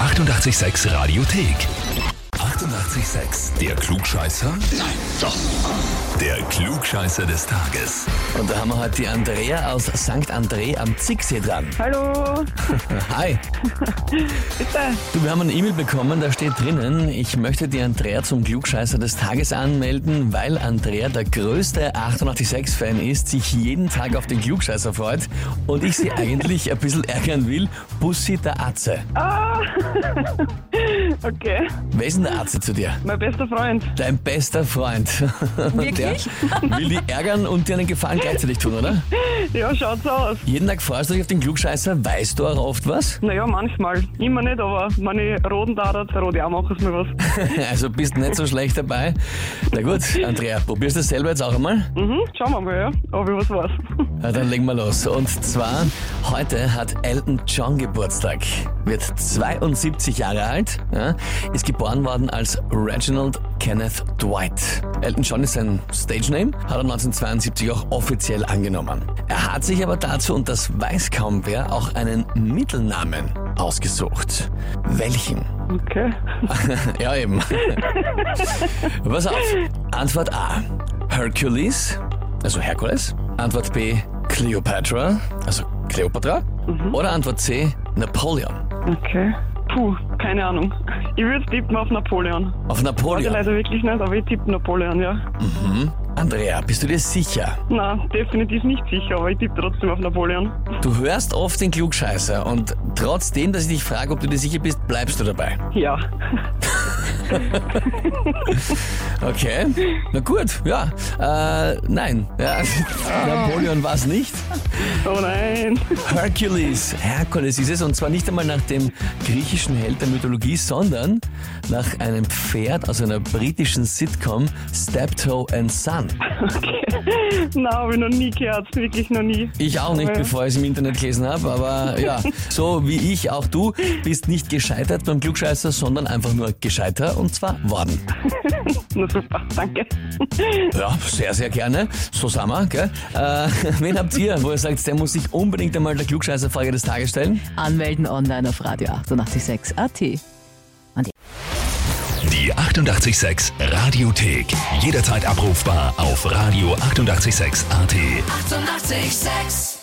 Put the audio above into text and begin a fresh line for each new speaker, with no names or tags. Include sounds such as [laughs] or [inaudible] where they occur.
886 Radiothek. 88,6. Der Klugscheißer? Nein, doch. Der Klugscheißer des Tages.
Und da haben wir heute die Andrea aus St. André am Zicksee dran.
Hallo,
Hi,
bitte.
du, wir haben eine E-Mail bekommen, da steht drinnen, ich möchte die Andrea zum Klugscheißer des Tages anmelden, weil Andrea der größte 886-Fan ist, sich jeden Tag auf den Klugscheißer freut und ich sie eigentlich ein bisschen ärgern will. Bussi der Atze.
Ah, [laughs] okay,
Wer ist denn der Atze zu dir?
mein bester Freund.
Dein bester Freund. [laughs]
Wirklich?
Der will die ärgern und dir einen Gefallen gleichzeitig tun, oder?
Ja, schaut's aus.
Jeden Tag freust du dich auf den Klugscheißer, weißt du auch oft was?
Naja, manchmal. Immer nicht, aber wenn ich roden da, dann rot ich auch, mach es mir was.
[laughs] Also bist nicht so schlecht dabei. Na gut, Andrea, probierst du das selber jetzt auch einmal?
Mhm, schauen wir mal, ja, ob ich was weiß. [laughs]
Na, dann legen wir los. Und zwar, heute hat Elton John Geburtstag. Wird 72 Jahre alt, ja, ist geboren worden als Reginald Kenneth Dwight. Elton John ist sein Stage-Name, hat er 1972 auch offiziell angenommen. Er hat sich aber dazu, und das weiß kaum wer, auch einen Mittelnamen ausgesucht. Welchen?
Okay.
[laughs] ja, eben. Pass auf. Antwort A. Hercules, also Herkules. Antwort B. Cleopatra, also Cleopatra. Oder Antwort C. Napoleon.
Okay. Puh, keine Ahnung. Ich würde tippen auf Napoleon.
Auf
Weiß ich
Napoleon.
leider wirklich nicht, aber ich tippe Napoleon, ja.
Andrea, bist du dir sicher?
Na, definitiv nicht sicher, aber ich tippe trotzdem auf Napoleon.
Du hörst oft den Klugscheißer und trotzdem, dass ich dich frage, ob du dir sicher bist, bleibst du dabei.
Ja. [laughs]
Okay, na gut, ja. Äh, nein, ja, [laughs] Napoleon war es nicht.
Oh nein. [laughs]
Hercules, Herkules ist es und zwar nicht einmal nach dem griechischen Held der Mythologie, sondern nach einem Pferd aus einer britischen Sitcom Steptoe and Son.
Okay. Na, habe ich noch nie gehört. Wirklich noch nie.
Ich auch nicht,
Ja.
bevor ich es im Internet gelesen habe, aber ja, so wie ich, auch du bist nicht gescheitert beim Glückscheißer, sondern einfach nur gescheiter und zwar worden.
Na super, danke.
Ja, sehr, sehr gerne. So sind wir, gell? Äh, [laughs] wen habt ihr, wo ihr sagt, der muss sich unbedingt einmal der Klugscheißerfrage des Tages stellen?
Anmelden online auf radio 886 AT.
Die 88,6 Radiothek. Jederzeit abrufbar auf radio886.at. 88,6.
Eighty-eight, sex.